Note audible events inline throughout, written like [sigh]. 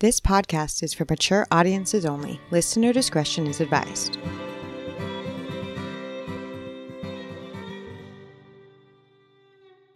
This podcast is for mature audiences only. Listener discretion is advised.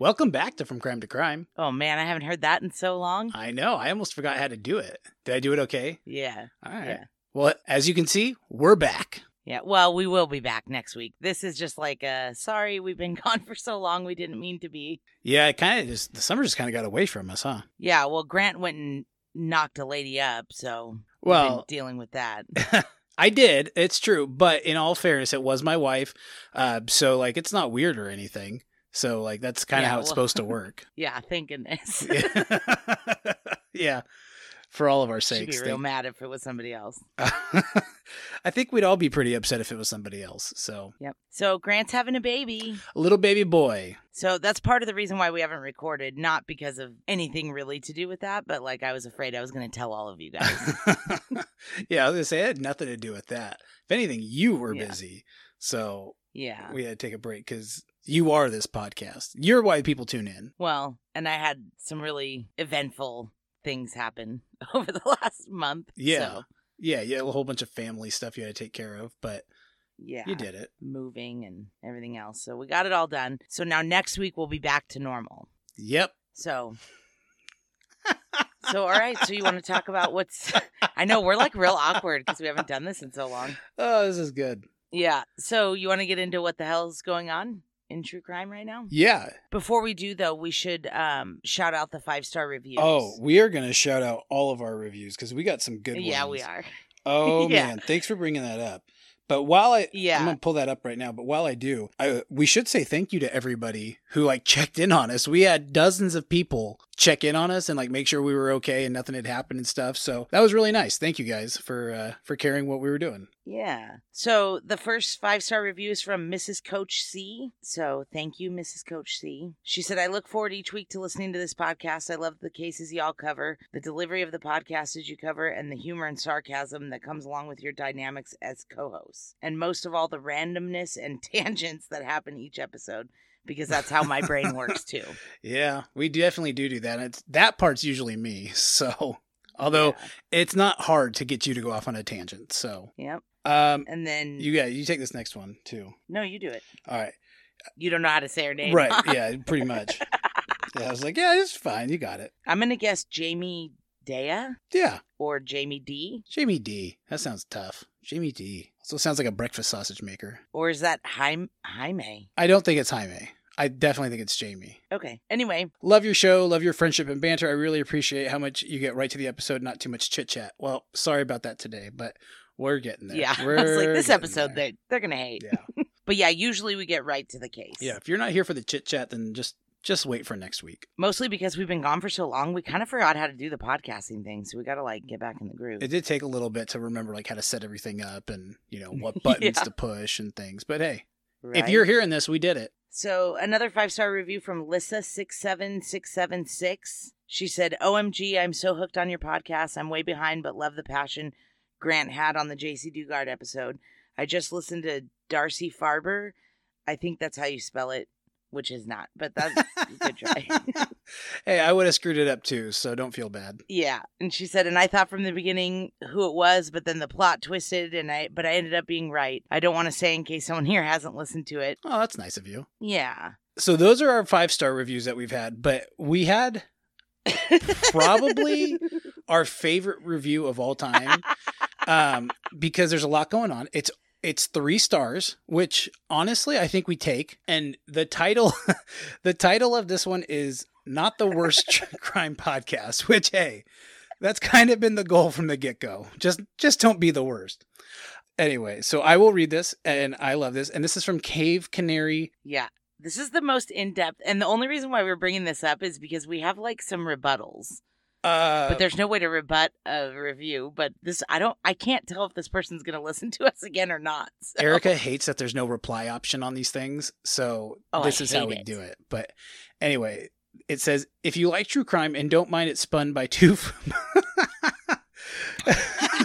Welcome back to From Crime to Crime. Oh man, I haven't heard that in so long. I know, I almost forgot how to do it. Did I do it okay? Yeah. All right. Yeah. Well, as you can see, we're back. Yeah. Well, we will be back next week. This is just like uh sorry we've been [laughs] gone for so long we didn't mean to be. Yeah, it kind of just, the summer just kind of got away from us, huh? Yeah, well Grant went and knocked a lady up, so we've been Well, dealing with that. [laughs] I did, it's true, but in all fairness, it was my wife. Uh, so, like, it's not weird or anything. So, like, that's kind of Yeah, how it's well- [laughs] supposed to work. [laughs] Yeah, thank [laughs] goodness. yeah. For all of our She'd sakes. be real thank- [laughs] mad if it was somebody else. I think we'd all be pretty upset if it was somebody else. So, Yep. So Grant's having a baby. a little baby boy. So that's part of the reason why we haven't recorded, not because of anything really to do with that, but like I was afraid I was going to tell all of [laughs] you guys. yeah, I was gonna say it had nothing to do with that. If anything, you were Yeah. busy, so yeah. we had to take a break because you are this podcast. You're why people tune in. Well, and I had some really eventful things happen [laughs] over the last month. Yeah, So, yeah, yeah. A whole bunch of family stuff you had to take care of, but yeah. you did it. Moving and everything else. So we got it all done. So now next week we'll be back to normal. Yep. [laughs] So. So all right, so you want to talk about what's [laughs] I know we're like real awkward because we haven't done this in so long. Oh, this is good. Yeah. So you want to get into what the hell's going on in true crime right now? Yeah. Before we do though, we should um shout out the five star reviews. Oh, we are gonna shout out all of our reviews because we got some good ones. yeah, we are. Oh [laughs] Yeah. man, thanks for bringing that up. But while I Yeah. I'm gonna pull that up right now. But while I do, I, we should say thank you to everybody who like [laughs] checked in on us. We had dozens of people check in on us and like make sure we were okay and nothing had happened and stuff. So that was really nice. Thank you guys for uh, for caring what we were doing. Yeah. So the first five star review is from Mrs. Coach C. So thank you, Mrs. Coach C. She said, I look forward each week to listening to this podcast. I love the cases y'all cover, the delivery of the podcast as you cover, and the humor and sarcasm that comes along with your dynamics as co hosts. And most of all, the randomness and [laughs] tangents that happen each episode, because that's how my brain works too. Yeah, we definitely do do that. It's, that part's usually me. [laughs] So [laughs] although Yeah. it's not hard to get you to go off on a tangent. So Yep. um, And then, you yeah, you take this next one too. no, you do it. All right. You don't know how to say her name. Right. [laughs] Yeah, pretty much. yeah, I was like, yeah, it's fine. You got it. I'm going to guess Jamie Dea Yeah. or Jamie D. Jamie D. That sounds tough. Jamie D. Also sounds like a breakfast sausage maker. Or is that Jaime? Jaime. I don't think it's Jaime. I definitely think it's Jamie. Okay. Anyway, Love your show. Love your friendship and banter. I really appreciate how much you get right to the episode, not too much chit chat. Well, sorry about that today, but we're getting there. yeah. [laughs] We're I was like, this getting episode, there. they they're going to hate. Yeah. But yeah, usually we get right to the case. Yeah. If you're not here for the chit chat, then just just wait for next week. Mostly because we've been gone for so long, we kind of forgot how to do the podcasting thing. So we got to like get back in the groove. It did take a little bit to remember like how to set everything up and you know what buttons [laughs] Yeah. to push and things. But hey, if right? you're hearing this, we did it. So another five star review from Lissa67676. She said, OMG, I'm so hooked on your podcast. I'm way behind, but love the passion Grant had on the JC Dugard episode. I just listened to Darcy Farber. I think that's how you spell it, which is not, [laughs] but that's good try. [laughs] hey, I would have screwed it up too, so don't feel bad. yeah. And she said, and I thought from the beginning who it was, but then the plot twisted and I but I ended up being right. I don't want to say in case someone here hasn't listened to it. Oh, that's nice of you. Yeah. So those are our five star reviews that we've had, but we had Probably our favorite review of all time um, because there's a lot going on. It's it's three stars, which honestly I think we take. And the title, [laughs] the title of this one is not the worst True crime podcast. Which hey, that's kind of been the goal from the get go. Just just don't be the worst. Anyway, so I will read this, and I love this, and this is from Cave Canary. Yeah. This is the most in depth. And the only reason why we're bringing this up is because we have like some rebuttals, Uh, but there's no way to rebut a review. But this, I don't, I can't tell if this person's going to listen to us again or not. [laughs] So. Erica hates that there's no reply option on these things, so Oh, I this is how hate we it. do it. But anyway, it says if you like true crime and don't mind it spun by two. F- [laughs]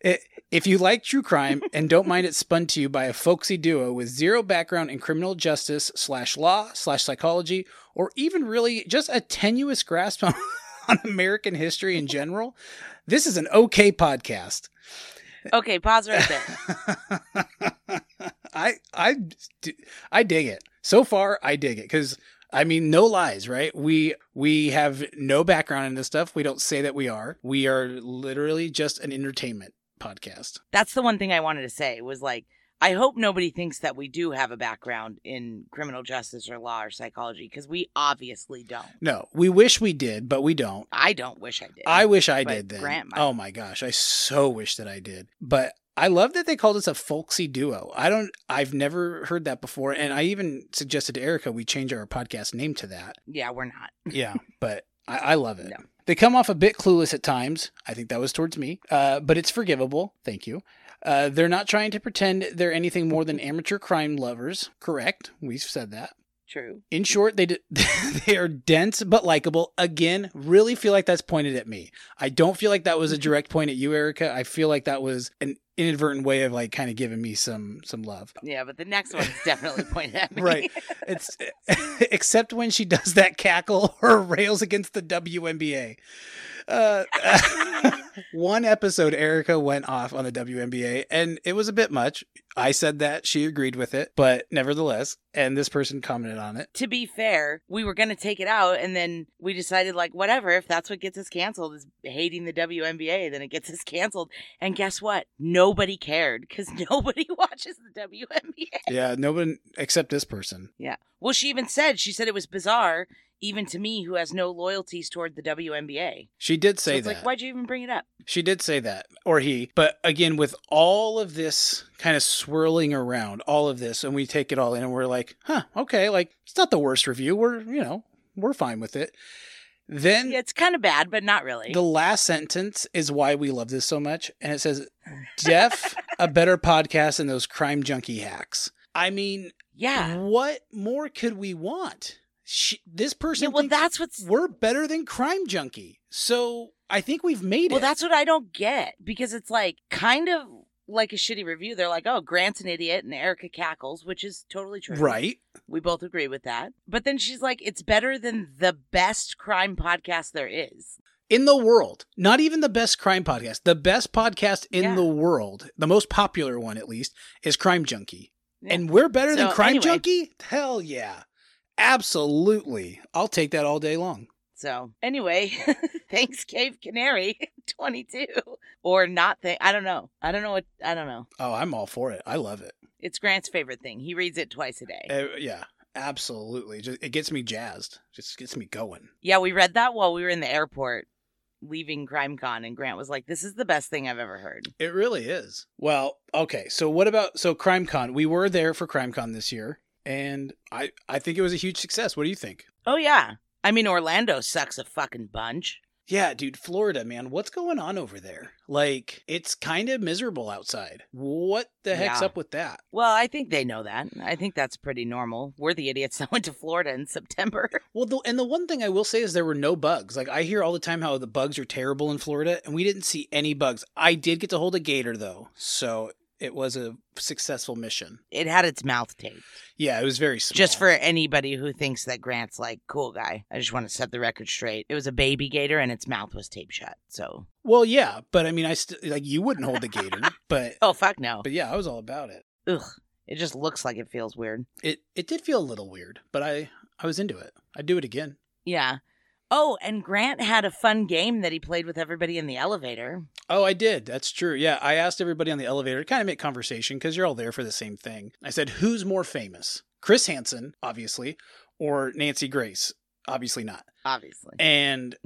It- if you like true crime and don't mind it spun to you by a folksy duo with zero background in criminal justice slash law slash psychology or even really just a tenuous grasp [laughs] on, on American history in general, this is an okay podcast. Okay, pause right there. [laughs] I I d- I dig it. So far, I dig it because I mean, no lies, right? We we have no background in this stuff. We don't say that we are. We are literally just an entertainment podcast. That's the one thing I wanted to say was like, I hope nobody thinks that we do have a background in criminal justice or law or psychology because we obviously don't. No, we wish we did, but we don't. I don't wish I did. I wish I But did then. Grant might. oh my gosh, I so wish that I did. But I love that they called us a folksy duo. I don't I've never heard that before and I even suggested to Erica we change our podcast name to that. yeah, we're not. Yeah, but I, I love it. No. They come off a bit clueless at times. I think that was towards me, uh, but it's forgivable. Thank you. Uh, they're not trying to pretend they're anything more than amateur crime lovers. Correct. We've said that. True. In short, they d- [laughs] they are dense but likable. Again, really feel like that's pointed at me. I don't feel like that was a direct point at you, Erica. I feel like that was an inadvertent way of like kind of giving me some some love. Yeah, but the next one's definitely pointed at me. Right. It's [laughs] except when she does that cackle [laughs] or rails against the WNBA. Uh, [laughs] [laughs] one episode, Erica went off on the WNBA, and it was a bit much. I said that she agreed with it, but nevertheless, and this person commented on it. to be fair, we were going to take it out and then we decided, like, whatever, if that's what gets us canceled is hating the WNBA, then it gets us canceled. And guess what? Nobody cared because [laughs] nobody watches the WNBA. Yeah, no one except this person. Well, she even said, she said it was bizarre, even to me who has no loyalties toward the WNBA. She did So say it's that. like, why'd you even bring it up? She did say that, or he. But again, with all of this kind of swirling around, all of this, and we take it all in and we're like, huh, okay, like it's not the worst review. We're, you know, we're fine with it. Then Yeah, it's kind of bad, but not really. the last sentence is why we love this so much. And it [laughs] says, Def, a better podcast than those crime junkie hacks. I mean, yeah. what more could we want? She, this person Yeah, well, thinks that's what's we're better than crime junkie. So I think we've made Well, it. that's what I don't get because it's like kind of like a shitty review. They're like, "Oh, Grant's an idiot," and Erica cackles, which is totally true. right. We both agree with that. But then she's like, "It's better than the best crime podcast there is." in the world, not even the best crime podcast, the best podcast in Yeah. the world, the most popular one at least, is Crime Junkie. Yeah. And we're better than So, Crime anyway. Junkie? Hell yeah. Absolutely. I'll take that all day long. So anyway, [laughs] thanks, Cave Canary, [laughs] twenty-two or not? Th- I don't know. I don't know what. I don't know. Oh, I'm all for it. I love it. It's Grant's favorite thing. He reads it twice a day. Eh, yeah, absolutely. Just, it gets me jazzed. Just gets me going. Yeah, we read that while we were in the airport leaving CrimeCon, and Grant was like, "This is the best thing I've ever heard." It really is. Well, okay. So what about so CrimeCon? We were there for CrimeCon this year, and I I think it was a huge success. What do you think? Oh yeah. I mean Orlando sucks a fucking bunch. Yeah, dude, Florida, man. What's going on over there? Like, it's kind of miserable outside. What the heck's Yeah. up with that? Well, I think they know that. I think that's pretty normal. We're the idiots [laughs] that went to Florida in September. [laughs] Well, the, and the one thing I will say is there were no bugs. Like, I hear all the time how the bugs are terrible in Florida, and we didn't see any bugs. I did get to hold a gator, though. So it was a successful mission. It had its mouth taped. Yeah, it was very small. Just for anybody who thinks that Grant's like cool guy. I just want to set the record straight. It was a baby gator and its mouth was taped shut. So, Well, yeah, but I mean, I still, like, you wouldn't hold the gator, [laughs] but, oh fuck no. but yeah, I was all about it. Ugh. It just looks like it feels weird. It, it did feel a little weird, but I, I was into it. I'd do it again. Yeah. Oh, and Grant had a fun game that he played with everybody in the elevator. Oh, I did. That's true. Yeah, I asked everybody on the elevator to kind of make conversation because you're all there for the same thing. I said, "Who's more famous, Chris Hansen, obviously, or Nancy Grace? Obviously not." Obviously. And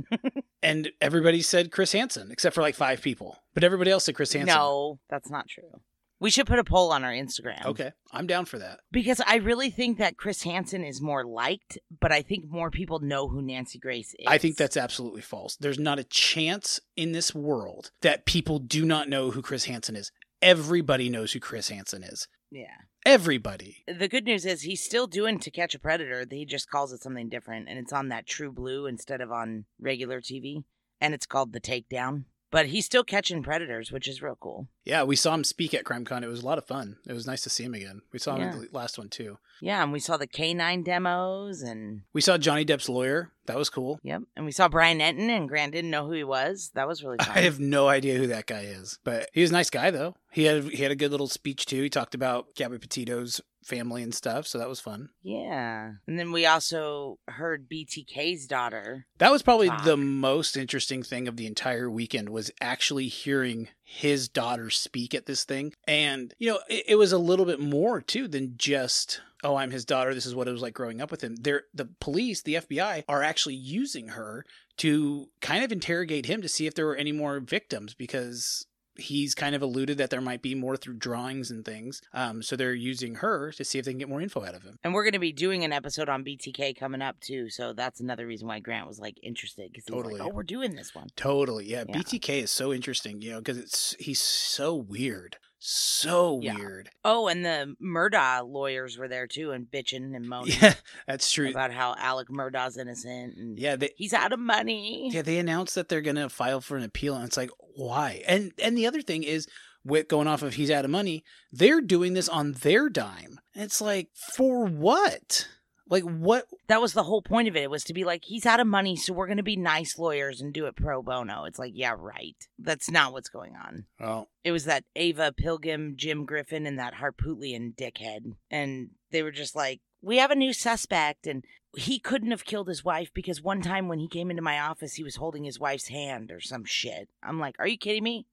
and everybody said Chris Hansen, except for like five people, but everybody else said Chris Hansen. No, that's not true. We should put a poll on our Instagram. Okay, I'm down for that. Because I really think that Chris Hansen is more liked, but I think more people know who Nancy Grace is. I think that's absolutely false. There's not a chance in this world that people do not know who Chris Hansen is. Everybody knows who Chris Hansen is. Yeah. Everybody. The good news is he's still doing To Catch a Predator. He just calls it something different, and it's on that True Blue instead of on regular TV, and it's called The Takedown. But he's still catching predators, which is real cool. Yeah, we saw him speak at CrimeCon. It was a lot of fun. It was nice to see him again. We saw him at the last one too. Yeah, and we saw the canine demos, and We saw Johnny Depp's lawyer, That was [laughs] cool. Yep. And we saw Brian Enton, and Grant didn't know who he was. That was really fun. [laughs] I have no idea who that guy is, but he was a nice guy though. He had he had a good little speech too. He talked about Gabby Petito's family and stuff, so that was fun. yeah. And then we also heard BTK's daughter. That was probably Talk. the most interesting thing of the entire weekend was actually hearing his daughter speak at this thing. And, you know, it, it was a little bit more too than just, oh, I'm his daughter. This is what it was like growing up with him. They're, the police, the FBI, are actually using her to kind of interrogate him to see if there were any more victims because he's kind of alluded that there might be more through drawings and things. Um, so they're using her to see if they can get more info out of him. And we're going to be doing an episode on BTK coming up too. So that's another reason why Grant was like interested because he's Totally. like, oh, we're doing this one. Totally. Yeah, Yeah. BTK is so interesting, you know, because it's he's so weird. So Yeah. weird. Oh, and the Murdaugh lawyers were there too and bitching and [laughs] moaning Yeah, that's true. about how Alec Murdaugh's innocent and yeah, they he's out of money. yeah, they announced that they're gonna file for an appeal and it's like, why? And and the other thing is with going off of he's out of money, they're doing this on their dime. And it's like, for what? Like what That was the whole point of it. It was to be like, he's out of money, so we're going to be nice lawyers and do it pro bono. It's like, yeah, right. That's not what's going on. Oh. It was that Ava Pilgrim, Jim Griffin, and that Harputlian dickhead. And they were just like, we have a new suspect, and he couldn't have killed his wife because one time when he came into my office, he was holding his wife's hand or some shit. I'm like, are you kidding me?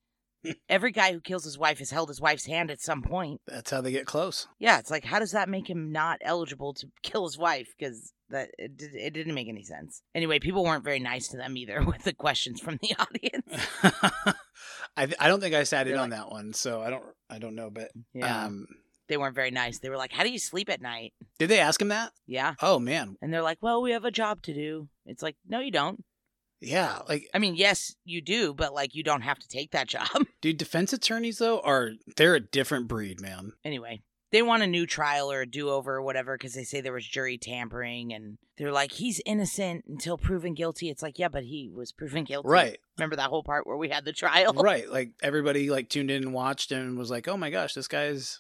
Every guy who kills his wife has held his wife's hand at some point. That's how they get close. [laughs] Yeah, it's like how does that make him not eligible to kill his wife? Because that it, did, it didn't make any sense. Anyway, people weren't very nice to them either [laughs] with the questions from the [laughs] audience. I I don't think I sat in They're on that one, so I don't I don't know, but um they weren't very nice. They were like, "How do you sleep at night?" did they ask him that? Yeah, Oh man. and they're like, "Well, we have a job to do." It's like, no, you don't. Yeah. Like I mean, yes, you do, but like, you don't have to take that [laughs] job Dude, defense attorneys though are they're a different breed, man. anyway. They want a new trial or a do-over or whatever because they say there was jury tampering, and they're like, "He's innocent until proven guilty." It's like, yeah, but he was proven guilty. Right. Remember that whole part where we had the trial? Right. Like everybody like tuned in and watched and was like, "Oh my gosh, this guy's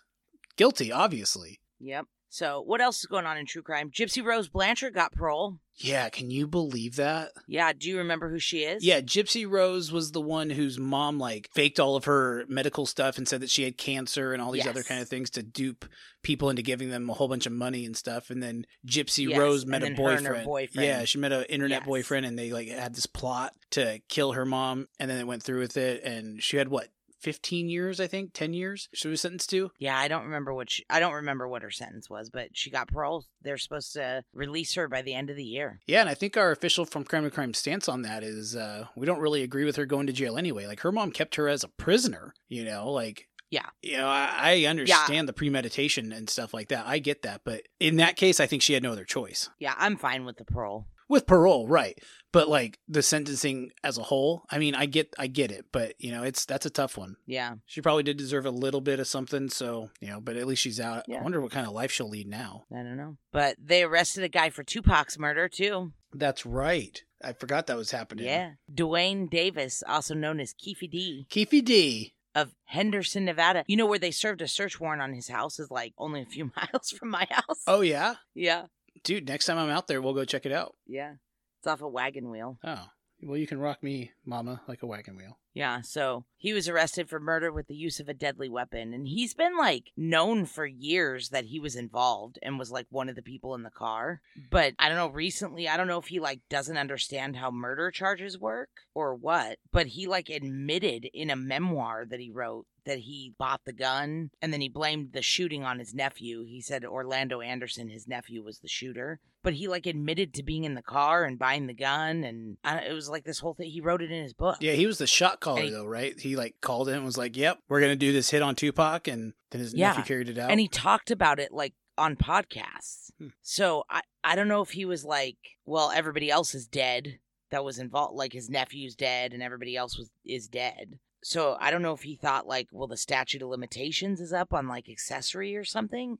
guilty, obviously." [laughs] Yep. So what else is going on in true crime? Gypsy Rose Blanchard got parole. Yeah, can you believe that? Yeah. Do you remember who she is? Yeah, Gypsy Rose was the one whose mom like faked all of her medical stuff and said that she had cancer and all these Yes. other kind of things to dupe people into giving them a whole bunch of money and stuff. And then Gypsy Yes, Rose and met a then her and boyfriend. her boyfriend. Yeah, she met an internet Yes. boyfriend, and they like had this plot to kill her mom. And then they went through with it, and she had what. 15 years, I think, 10 years she was sentenced to. Yeah, I don't remember what she, I don't remember what her sentence was, but she got parole. They're supposed to release her by the end of the year. Yeah, and I think our official from Crime to Crime stance on that is uh, we don't really agree with her going to jail anyway. Like her mom kept her as a prisoner, you know, like Yeah. You know, I, I understand the premeditation and stuff like that. I get that, but in that case, I think she had no other choice Yeah, I'm fine with the parole. with parole, right? But like the sentencing as a whole, I mean, I get, I get it, but you know, it's that's a tough one. Yeah. She probably did deserve a little bit of something, so you know, but at least she's out. Yeah. I wonder what kind of life she'll lead now. I don't know. But they arrested a guy for Tupac's murder too. That's right. I forgot that was happening. Yeah. Dwayne Davis, also known as Keefe D Keefe D. of Henderson, Nevada. You know where they served a search warrant on his house is like only a few [laughs] miles from my house. Oh yeah. Yeah. dude, next time I'm out there, we'll go check it out. Yeah. It's off a wagon wheel. Oh, well, you can rock me, mama, like a wagon wheel. Yeah, so he was arrested for murder with the use of a deadly weapon. And he's been like known for years that he was involved and was like one of the people in the car. But I don't know, recently, I don't know if he like doesn't understand how murder charges work or what, but he like admitted in a memoir that he wrote that he bought the gun and then he blamed the shooting on his nephew. He said Orlando Anderson, his nephew, was the shooter but he like admitted to being in the car and buying the gun and I, it was like this whole thing he wrote it in his book Yeah, he was the shot caller And he- though, right? He like called in and was like, "Yep, we're gonna do this hit on Tupac," and then his Yeah. nephew carried it out. and he talked about it like on podcasts Hmm. so I, I don't know if he was like well everybody else is dead that was involved like his nephew's dead and everybody else was is dead so i don't know if he thought like well the statute of limitations is up on like accessory or something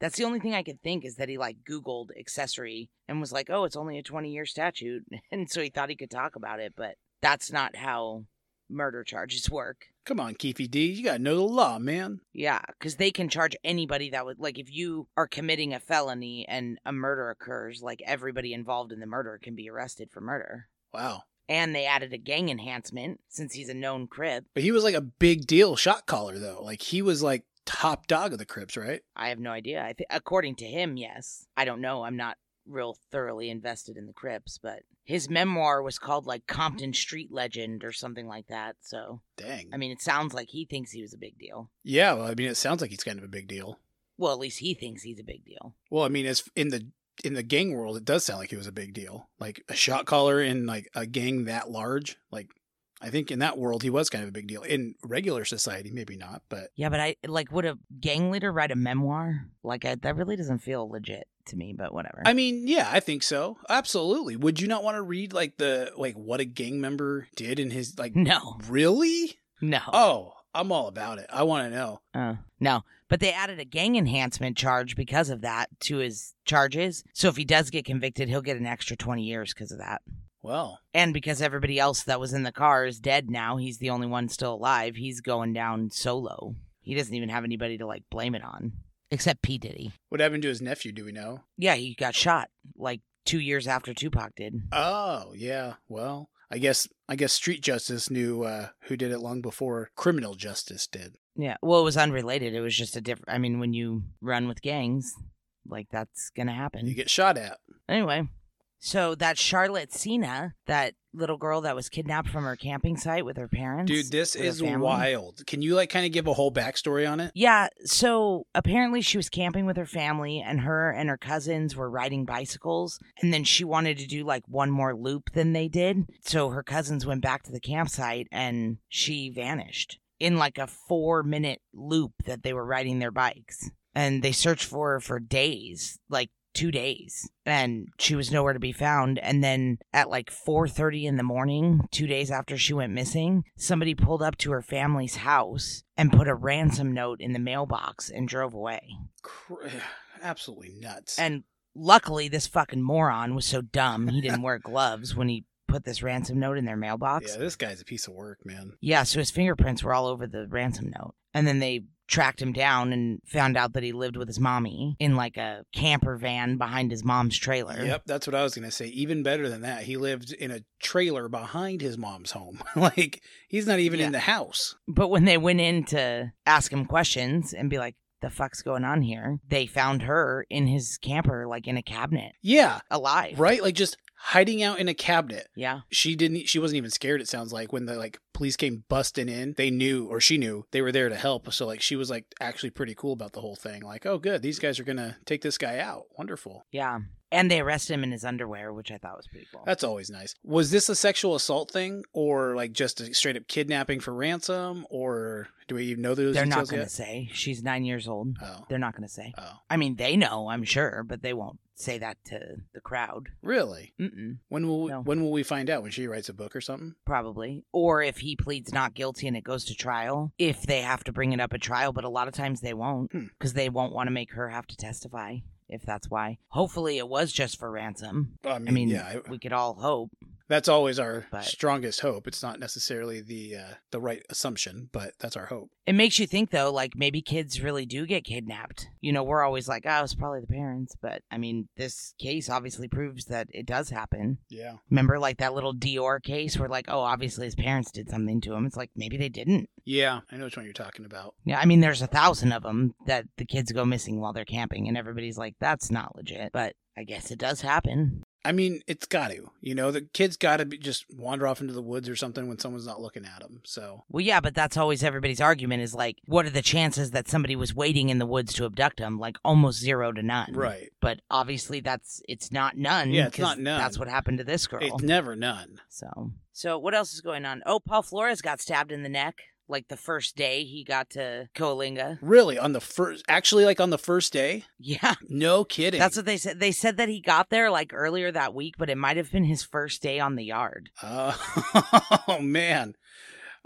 that's the only thing i could think is that he like googled accessory and was [laughs] like oh it's only a 20 year statute and so he thought he could talk about it but that's not how murder charge. It's work. Come on, Keefy D. You got to know the law, man. Yeah, because they can charge anybody that would like if you are committing a felony and a murder occurs, like everybody involved in the murder can be arrested for murder. Wow. And they added a gang enhancement since he's a known crib. But he was like a big deal shot caller, though. Like he was like top dog of the Crips, right? I have no idea. I th- according to him, yes. I don't know. I'm not real thoroughly invested in the Crips, but his memoir was called like Compton Street Legend or something like that. So Dang. I mean, it sounds like he thinks he was a big deal. yeah. Well, I mean, it sounds like he's kind of a big deal. Well, at least he thinks he's a big deal. Well, I mean, as in the in the gang world, it does sound like he was a big deal, like a shot caller in like a gang that large. Like, I think in that world, he was kind of a big deal. In regular society, maybe not, but Yeah, but I like would a gang leader write a memoir? Like I, that really doesn't feel legit to me. But whatever. I mean, yeah, I think so. Absolutely. Would you not want to read like the like what a gang member did in his like [laughs] no, really? no, Oh, I'm all about it. I want to know. Uh, no. But they added a gang enhancement charge because of that to his charges. So if he does get convicted, he'll get an extra twenty years because of that. Well, And because everybody else that was in the car is dead now, he's the only one still alive. He's going down solo. He doesn't even have anybody to like blame it on, except P Diddy. what happened to his nephew? Do we know? Yeah, he got shot like two years after Tupac did. Oh, yeah. Well, I guess I guess street justice knew uh, who did it long before criminal justice did. Yeah, well, it was unrelated. It was just a different. I mean, when you run with gangs, like that's gonna happen. You get shot at. Anyway, so that Charlotte Cena, that little girl that was kidnapped from her camping site with her parents. Dude, this with her is family. wild. Can you like kind of give a whole backstory on it? Yeah, so apparently she was camping with her family, and her and her cousins were riding bicycles. And then she wanted to do like one more loop than they did. So her cousins went back to the campsite and she vanished in like a four minute loop that they were riding their bikes. And they searched for her for days, like two days and she was nowhere to be found and then at like 4.30 in the morning two days after she went missing somebody pulled up to her family's house and put a ransom note in the mailbox and drove away Cr- [sighs] absolutely nuts. and luckily this fucking moron was so dumb he didn't wear gloves when he put this ransom note in their mailbox yeah, this guy's a piece of work, man. yeah, so his fingerprints were all over the ransom note. And then they tracked him down and found out that he lived with his mommy in like a camper van behind his mom's trailer. Yep, that's what I was gonna say. Even better than that, he lived in a trailer behind his mom's home. [laughs] like he's not even Yeah. in the house. But when they went in to ask him questions and be like, the fuck's going on here? They found her in his camper, like in a cabinet, Yeah, alive. right. Like just hiding out in a cabinet. Yeah. She didn't. She wasn't even scared. It sounds like when the like police came busting in, they knew or she knew they were there to help. So like she was like actually pretty cool about the whole thing. Like oh good, these guys are gonna take this guy out. Wonderful. Yeah. And they arrested him in his underwear, which I thought was pretty cool. That's always nice. Was this a sexual assault thing or like just a straight up kidnapping for ransom? Or do we even know those They're not details going to yet? say. She's nine years old. Oh, They're not going to say. oh, I mean, they know, I'm sure, but they won't say that to the crowd. really? Mm-mm. When will No. when will we find out? When she writes a book or something? probably or if he pleads not guilty and it goes to trial if they have to bring it up at trial but a lot of times they won't Hmm. because they won't want to make her have to testify if that's why hopefully it was just for ransom I i mean Mm, yeah, I- we could all hope that's always our But- strongest hope. It's not necessarily the uh, the right assumption, but that's our hope. it makes you think though like maybe kids really do get kidnapped you know we're always like oh it's probably the parents but i mean this case obviously proves that it does happen Yeah, remember like that little dior case where like oh obviously his parents did something to him it's like maybe they didn't yeah, I know which one you're talking about. Yeah, I mean, there's a thousand of them that the kids go missing while they're camping, and everybody's like, that's not legit. But I guess it does happen. I mean, it's got to, you know, the kids got to just wander off into the woods or something when someone's not looking at them. So Well, yeah, but that's always everybody's argument is like, what are the chances that somebody was waiting in the woods to abduct them? Like almost zero to none. right, But obviously, that's it's not none. Yeah, it's 'cause not none. That's what happened to this girl. it's never none. So, so what else is going on? Oh, Paul Flores got stabbed in the neck. Like the first day he got to Coalinga. [laughs] Really, on the first, actually, like on the first day. Yeah. No kidding. That's what they said. They said that he got there like earlier that week, but it might have been his first day on the yard. Uh, [laughs] oh man.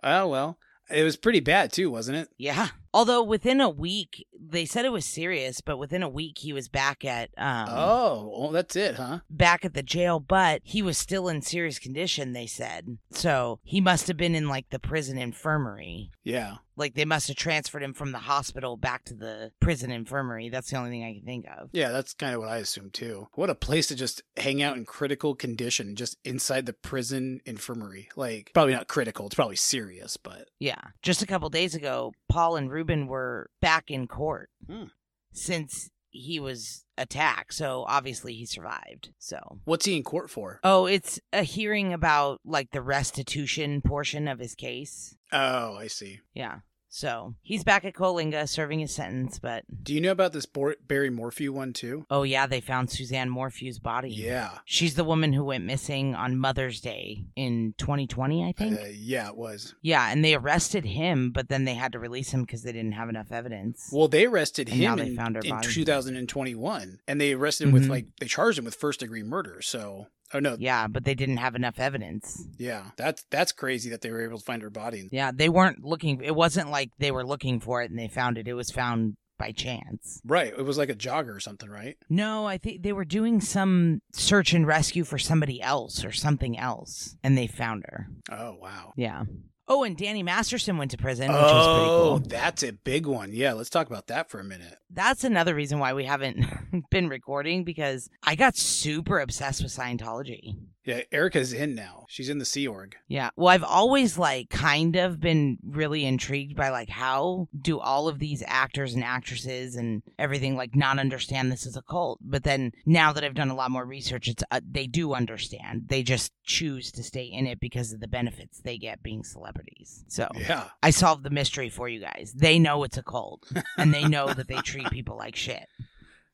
Oh well, it was pretty bad too, wasn't it? Yeah. Although within a week, they said it was serious, but within a week he was back at um, Oh, well, that's it, huh? back at the jail, but he was still in serious condition. They said so he must have been in like the prison infirmary. Yeah. Like they must have transferred him from the hospital back to the prison infirmary. That's the only thing I can think of. Yeah, that's kind of what I assume too. What a place to just hang out in critical condition, just inside the prison infirmary. Like, probably not critical, it's probably serious, but Yeah. Just a couple days ago, Paul and Ruben were back in court Hmm. since he was attacked. So obviously he survived. So. what's he in court for? Oh, it's a hearing about like the restitution portion of his case. Oh, I see. Yeah. So he's back at Coalinga serving his sentence, but Do you know about this Bor- Barry Morphew one too? oh yeah, they found Suzanne Morphew's body. Yeah. She's the woman who went missing on Mother's Day in 2020, I think. Uh, yeah, it was. yeah, and they arrested him, but then they had to release him because they didn't have enough evidence. Well, they arrested And now him they in, found her in body. 2021, and they arrested him with Mhm. like they charged him with first degree murder. So, oh no, yeah, but they didn't have enough evidence. yeah, that's that's crazy that they were able to find her body. Yeah, they weren't looking. It wasn't like they were looking for it and they found it. It was found by chance. Right, it was like a jogger or something, right? No, I think they were doing some search and rescue for somebody else or something else, and they found her. Oh wow. Yeah. Oh, and Danny Masterson went to prison, which was Oh, pretty cool. that's a big one. Yeah, let's talk about that for a minute. That's another reason why we haven't [laughs] been recording because I got super obsessed with Scientology. Yeah, Erica's in now. She's in the Sea Org. Yeah. Well, I've always like kind of been really intrigued by like how do all of these actors and actresses and everything like not understand this is a cult? But then now that I've done a lot more research, it's uh, they do understand. They just choose to stay in it because of the benefits they get being celebrities. So Yeah. I solved the mystery for you guys. They know it's a cult and they know that they treat people like shit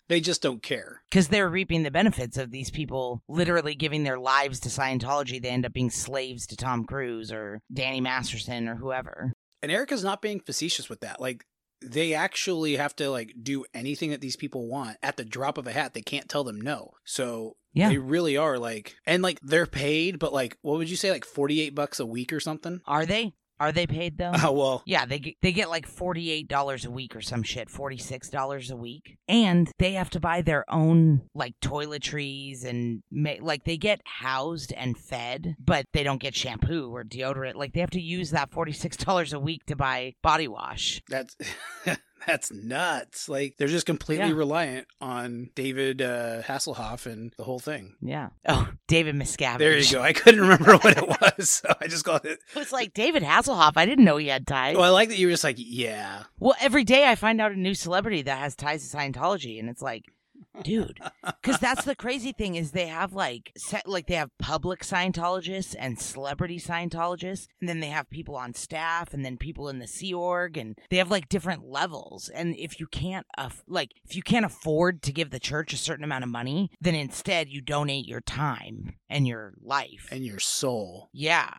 They just don't care. because they're reaping the benefits of these people literally giving their lives to Scientology. They end up being slaves to Tom Cruise or Danny Masterson or whoever. And Erica's not being facetious with that. Like they actually have to like do anything that these people want at the drop of a hat. They can't tell them no. So Yeah. they really are like and like they're paid, but like what would you say like 48 bucks a week or something? Are they? Are they paid though? Oh, [laughs] well. Uh, Yeah, they get, they get like forty eight dollars a week or some shit, forty six dollars a week, and they have to buy their own like toiletries and ma- like they get housed and fed, but they don't get shampoo or deodorant. Like they have to use that forty six dollars a week to buy body wash. That's [laughs] that's nuts. Like they're just completely Yeah. reliant on David uh, Hasselhoff and the whole thing. Yeah. Oh, David Miscavige. There you go. [laughs] I couldn't remember what it was, so I just called it. It [laughs] was like David Hasselhoff. I didn't know he had ties. Well, I like that you were just like, yeah, Well, every day I find out a new celebrity that has ties to Scientology, and it's like, [laughs] dude, because that's the crazy thing is they have like set like they have public Scientologists and celebrity Scientologists, and then they have people on staff, and then people in the Sea Org, and they have like different levels. And if you can't aff like if you can't afford to give the church a certain amount of money, then instead you donate your time and your life. and your soul. yeah.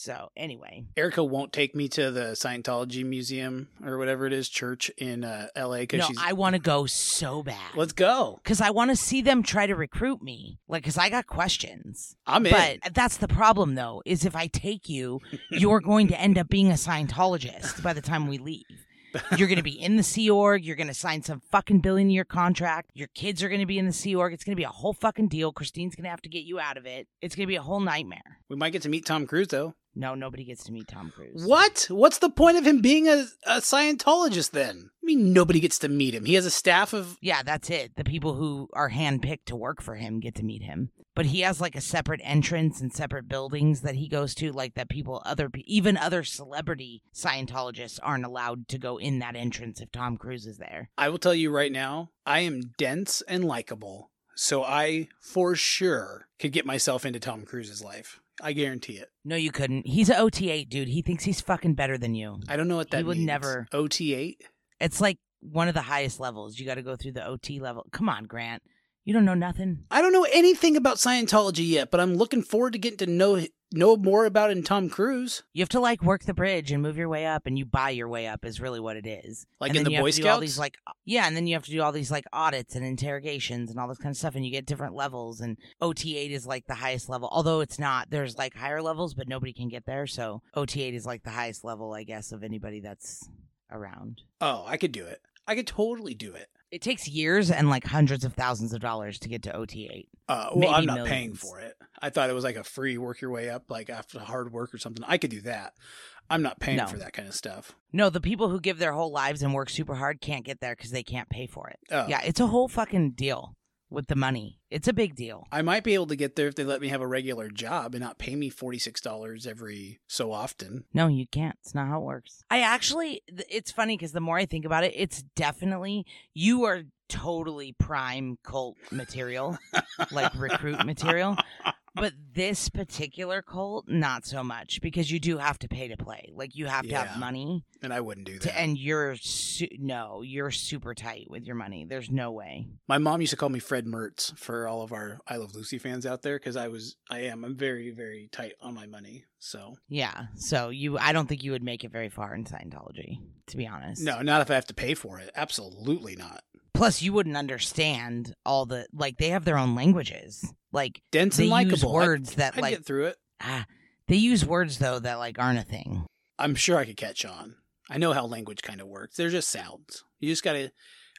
So anyway, Erica won't take me to the Scientology museum or whatever it is church in uh, L.A. because no, she's. I want to go so bad. Let's go. because I want to see them try to recruit me. Like, because I got questions. I'm in. But that's the problem, though, is if I take you, [laughs] you're going to end up being a Scientologist by the time we leave. You're going to be in the Sea Org. You're going to sign some fucking billion year contract. Your kids are going to be in the Sea Org. It's going to be a whole fucking deal. Christine's going to have to get you out of it. It's going to be a whole nightmare. we might get to meet Tom Cruise though. No, nobody gets to meet Tom Cruise. What? What's the point of him being a, a Scientologist then? I mean, nobody gets to meet him. He has a staff of. Yeah, that's it. The people who are handpicked to work for him get to meet him. But he has like a separate entrance and separate buildings that he goes to, like that people, other, pe- even other celebrity Scientologists aren't allowed to go in that entrance if Tom Cruise is there. I will tell you right now, I am dense and likable, so I for sure could get myself into Tom Cruise's life. I guarantee it. No, you couldn't. He's an OT8, dude. He thinks he's fucking better than you. I don't know what He that would means. never- OT8. It's like one of the highest levels. You got to go through the OT level. Come on, Grant. You don't know nothing. I don't know anything about Scientology yet, but I'm looking forward to getting to know know more about it in Tom Cruise. You have to like work the bridge and move your way up, and you buy your way up is really what it is. Like And in then the you Boy have to do all these Scouts? like uh, yeah, and then you have to do all these like audits and interrogations and all this kind of stuff, and you get different levels. And OT eight is like the highest level, although it's not. There's like higher levels, but nobody can get there. So OT eight is like the highest level, I guess, of anybody that's around. Oh, I could do it. I could totally do it. It takes years and like hundreds of thousands of dollars to get to OT8. Uh, well, I'm Maybe not paying millions. for it. I thought it was like a free work your way up, like after hard work or something. I could do that. I'm not paying No. for that kind of stuff. No, the people who give their whole lives and work super hard can't get there because they can't pay for it. Oh, Yeah, it's a whole fucking deal with the money. It's a big deal. I might be able to get there if they let me have a regular job and not pay me forty six dollars every so often. No, you can't. It's not how it works. I actually, th- it's funny because the more I think about it, it's definitely, you are totally prime cult material, like recruit material. But this particular cult, not so much because you do have to pay to play. Like you have to Yeah. have money And I wouldn't do that. to, and you're, su- no, you're super tight with your money. There's no way. My mom used to call me Fred Mertz for all of our I Love Lucy fans out there because I was, I am, I'm very, very tight on my money. So Yeah. So you, I don't think you would make it very far in Scientology, to be honest. no, not if I have to pay for it. Absolutely not. Plus, you wouldn't understand all the like. They have their own languages. Like Dense they and use likable. I, words that I'd like get through it. ah, they use words though that like aren't a thing. I'm sure I could catch on. I know how language kind of works. They're just sounds. You just gotta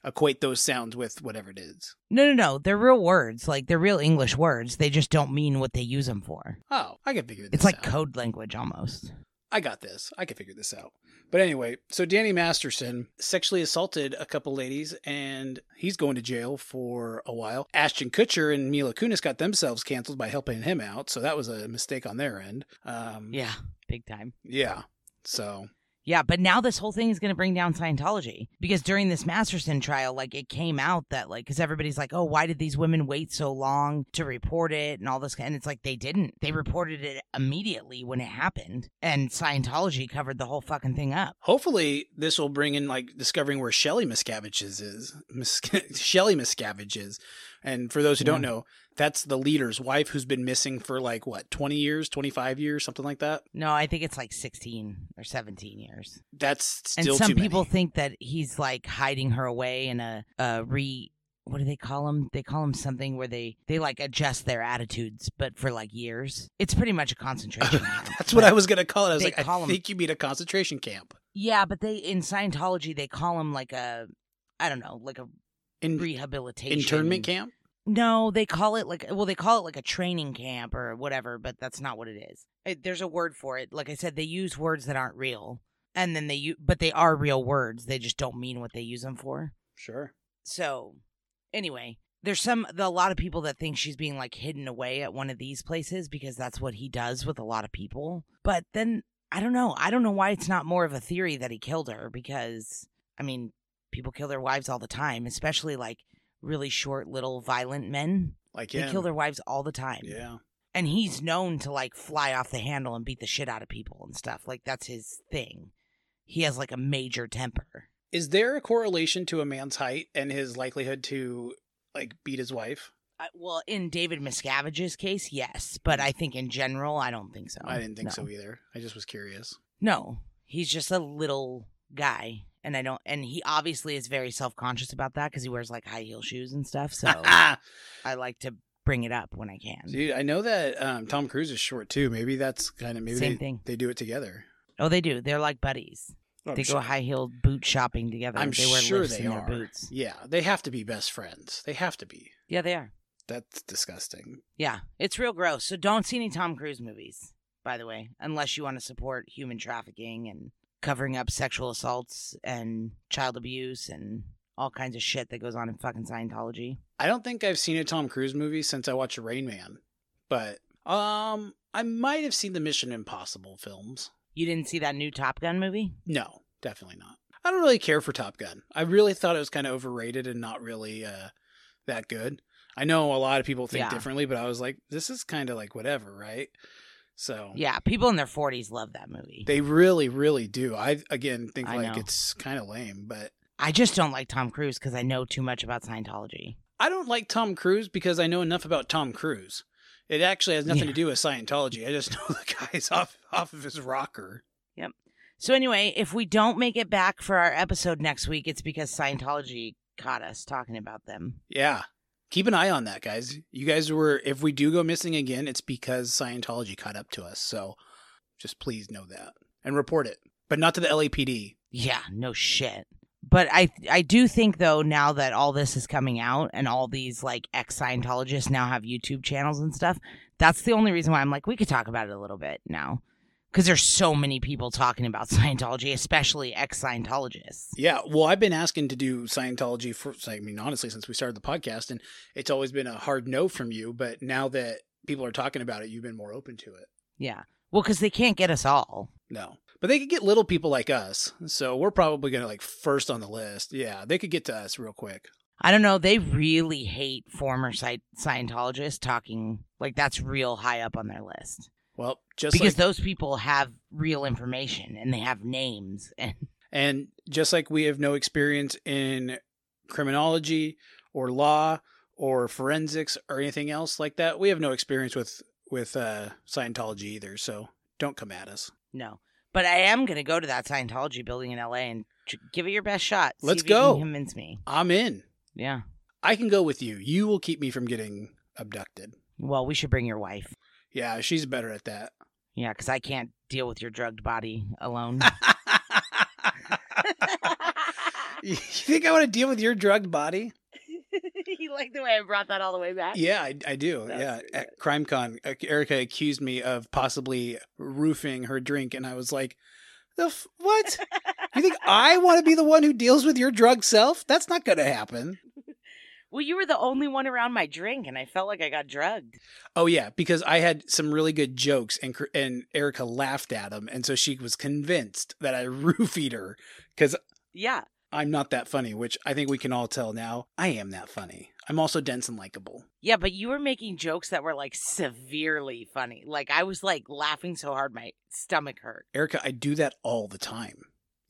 equate those sounds with whatever it is. No, no, no. They're real words. Like they're real English words. They just don't mean what they use them for. Oh, I can figure this. It's like out. code language almost. I got this. I can figure this out. But anyway, so Danny Masterson sexually assaulted a couple ladies and he's going to jail for a while. Ashton Kutcher and Mila Kunis got themselves canceled by helping him out, so that was a mistake on their end. Um, Yeah, big time. yeah. So Yeah, but now this whole thing is going to bring down Scientology because during this Masterson trial, like it came out that like because everybody's like, oh, why did these women wait so long to report it and all this, and it's like they didn't. They reported it immediately when it happened, and Scientology covered the whole fucking thing up. hopefully this will bring in like discovering where Shelly Miscavige is. is. Mis- [laughs] Shelly Miscavige is. And for those who don't Yeah. know, that's the leader's wife who's been missing for like what, 20 years, 25 years, something like that. No, I think it's like sixteen or seventeen years, That's and still some too many. people think that he's like hiding her away in a, a re. What do they call them? They call them something where they they like adjust their attitudes, but for like years. It's pretty much a [laughs] concentration camp. That's what I was gonna call it. I was They like, I call 'em- think you mean a concentration camp. Yeah, but they in Scientology they call them like a I don't know, like a In, rehabilitation internment camp? No, they call it like well they call it like a training camp or whatever, but that's not what it is. It, there's a word for it. Like I said, they use words that aren't real, and then they u- but they are real words. They just don't mean what they use them for. Sure. So, anyway, there's some the, a lot of people that think she's being like hidden away at one of these places because that's what he does with a lot of people. But then I don't know. I don't know why it's not more of a theory that he killed her because I mean, people kill their wives all the time, especially like really short little violent men. Like They him. kill their wives all the time. yeah. And he's known to like fly off the handle and beat the shit out of people and stuff. Like that's his thing. He has like a major temper. Is there a correlation to a man's height and his likelihood to like beat his wife? Uh, well, in David Miscavige's case, yes, but I think in general, I don't think so. Mm. I didn't think so No. either. I just was curious. No, he's just a little guy, and I don't. And he obviously is very self conscious about that because he wears like high heel shoes and [laughs] stuff. So I like to bring it up when I can. Dude, I know that um, Tom Cruise is short too. Maybe that's kind of maybe Same they, thing. they do it together. Oh, they do. They're like buddies. I'm they Oh, go sure- high heeled boot shopping together. I'm they wear sure lifts they in are. their boots. Yeah, they have to be best friends. They have to be. Yeah, they are. That's disgusting. Yeah, it's real gross. So don't see any Tom Cruise movies, by the way, unless you want to support human trafficking and covering up sexual assaults and child abuse and all kinds of shit that goes on in fucking Scientology. I don't think I've seen a Tom Cruise movie since I watched Rain Man, but um, I might have seen the Mission Impossible films. You didn't see that new Top Gun movie? No, definitely not. I don't really care for Top Gun. I really thought it was kind of overrated and not really uh, that good. I know a lot of people think Yeah. differently, but I was like, this is kind of like whatever, right? So Yeah, people in their 40s love that movie. They really, really do. I again think I like know. it's kind of lame, but I just don't like Tom Cruise because I know too much about Scientology. I don't like Tom Cruise because I know enough about Tom Cruise. It actually has nothing Yeah. to do with Scientology. I just [laughs] know the guy's off off of his rocker. So, anyway, if we don't make it back for our episode next week, it's because Scientology caught us talking about them. Yeah. Keep an eye on that, guys. You guys were if we do go missing again, it's because Scientology caught up to us. So just please know that and report it. But not to the LAPD. Yeah, no shit. But I I do think though now that all this is coming out and all these like ex Scientologists now have YouTube channels and stuff, that's the only reason why I'm like we could talk about it a little bit now. Cuz there's so many people talking about [laughs] Scientology, especially ex Scientologists. Yeah, well, I've been asking to do Scientology for, I mean, honestly, since we started the podcast, and it's always been a hard no from you. But now that people are talking about it, you've been more open to it. Yeah. Well, cuz they can't get us all. No, but they could get little people like us, so we're probably gonna like first on the list. Yeah, they could get to us real quick. I don't know, they really hate former Sci- Scientologists talking like that's real high up on their list. Well, just Because like, those people have real information and they have names and and just like we have no experience in criminology or law or forensics or anything else like that, we have no experience with with uh, Scientology either. So don't come at us. No, but I am going to go to that Scientology building in LA and tr- give it your best shot. See Let's if you can go. convince me. I'm in. Yeah. I can go with you. You will keep me from getting abducted. Well, we should bring your wife. Yeah, she's better [laughs] at that. Yeah, because I can't deal with your drugged body [laughs] alone. you think I want to deal with your drugged body? [laughs] you like the way I brought that all the way back? [laughs] Yeah, I, I do. That's yeah, pretty at CrimeCon, uh, Erica accused me of possibly roofing her drink, and I was like, "The f- what? you think I want to be the one who deals with your drug self? That's not going to happen." well, you were the only one around my drink, and I felt like I got drugged. Oh yeah, because I had some really good jokes, and Cr- and Erica laughed at them, and so she was convinced that I [laughs] roofied her because Yeah. I'm not that funny, which I think we can all tell now. I am that funny. I'm also dense and likable. Yeah, but you were making jokes that were like severely funny. Like I was like laughing so hard my stomach hurt. Erica, I do that all the time.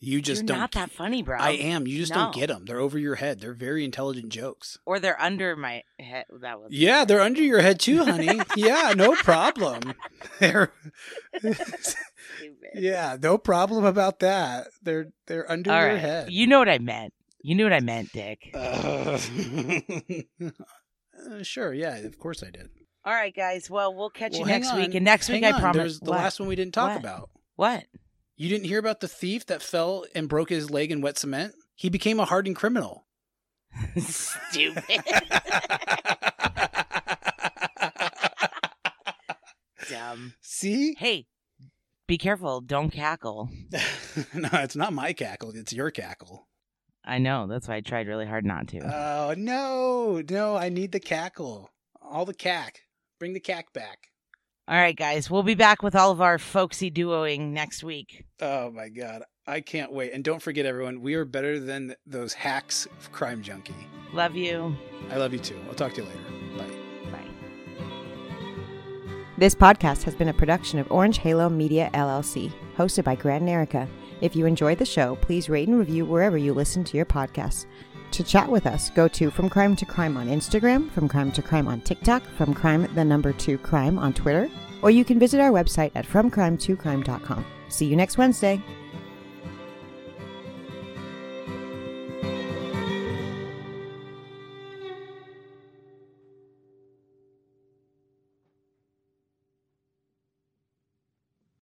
You just You're don't not that funny, bro. I am. You just don't No. get them. They're over your head. They're very intelligent jokes. Or they're under my head. That was Yeah, they're under your head too, [laughs] honey. yeah, no problem. [laughs] They're Stupid. yeah, no problem about that. They're they're under All your right. head. [laughs] You know what I meant. You knew what I meant, Dick. Ugh. Uh, sure. Yeah, of course I did. All right, guys. Well, we'll catch Well, you hang next on. week. And next week, Hang I on, promise. There's the what? last one we didn't talk What? about. What? You didn't hear about the thief that fell and broke his leg in wet cement? He became a hardened criminal. Stupid. Dumb. [laughs] See? [laughs] Hey, be careful. Don't cackle. no, it's not my cackle. It's your cackle. I know. That's why I tried really hard not to. Oh, no. No, I need the cackle. All the cack. Bring the cack back. all right, guys. We'll be back with all of our folksy duoing next week. Oh, my God. I can't wait. And don't forget, everyone, we are better than those hacks of Crime Junkie. Love you. I love you too. I'll talk to you later. Bye. Bye. This podcast has been a production of Orange Halo Media LLC, hosted by Grant and Erica. If you enjoyed the show, please rate and review wherever you listen to your podcasts. To chat with us, go to From Crime to Crime on Instagram, From Crime to Crime on TikTok, From Crime the number two crime on Twitter, or you can visit our website at FromCrime2Crime.com. See you next Wednesday.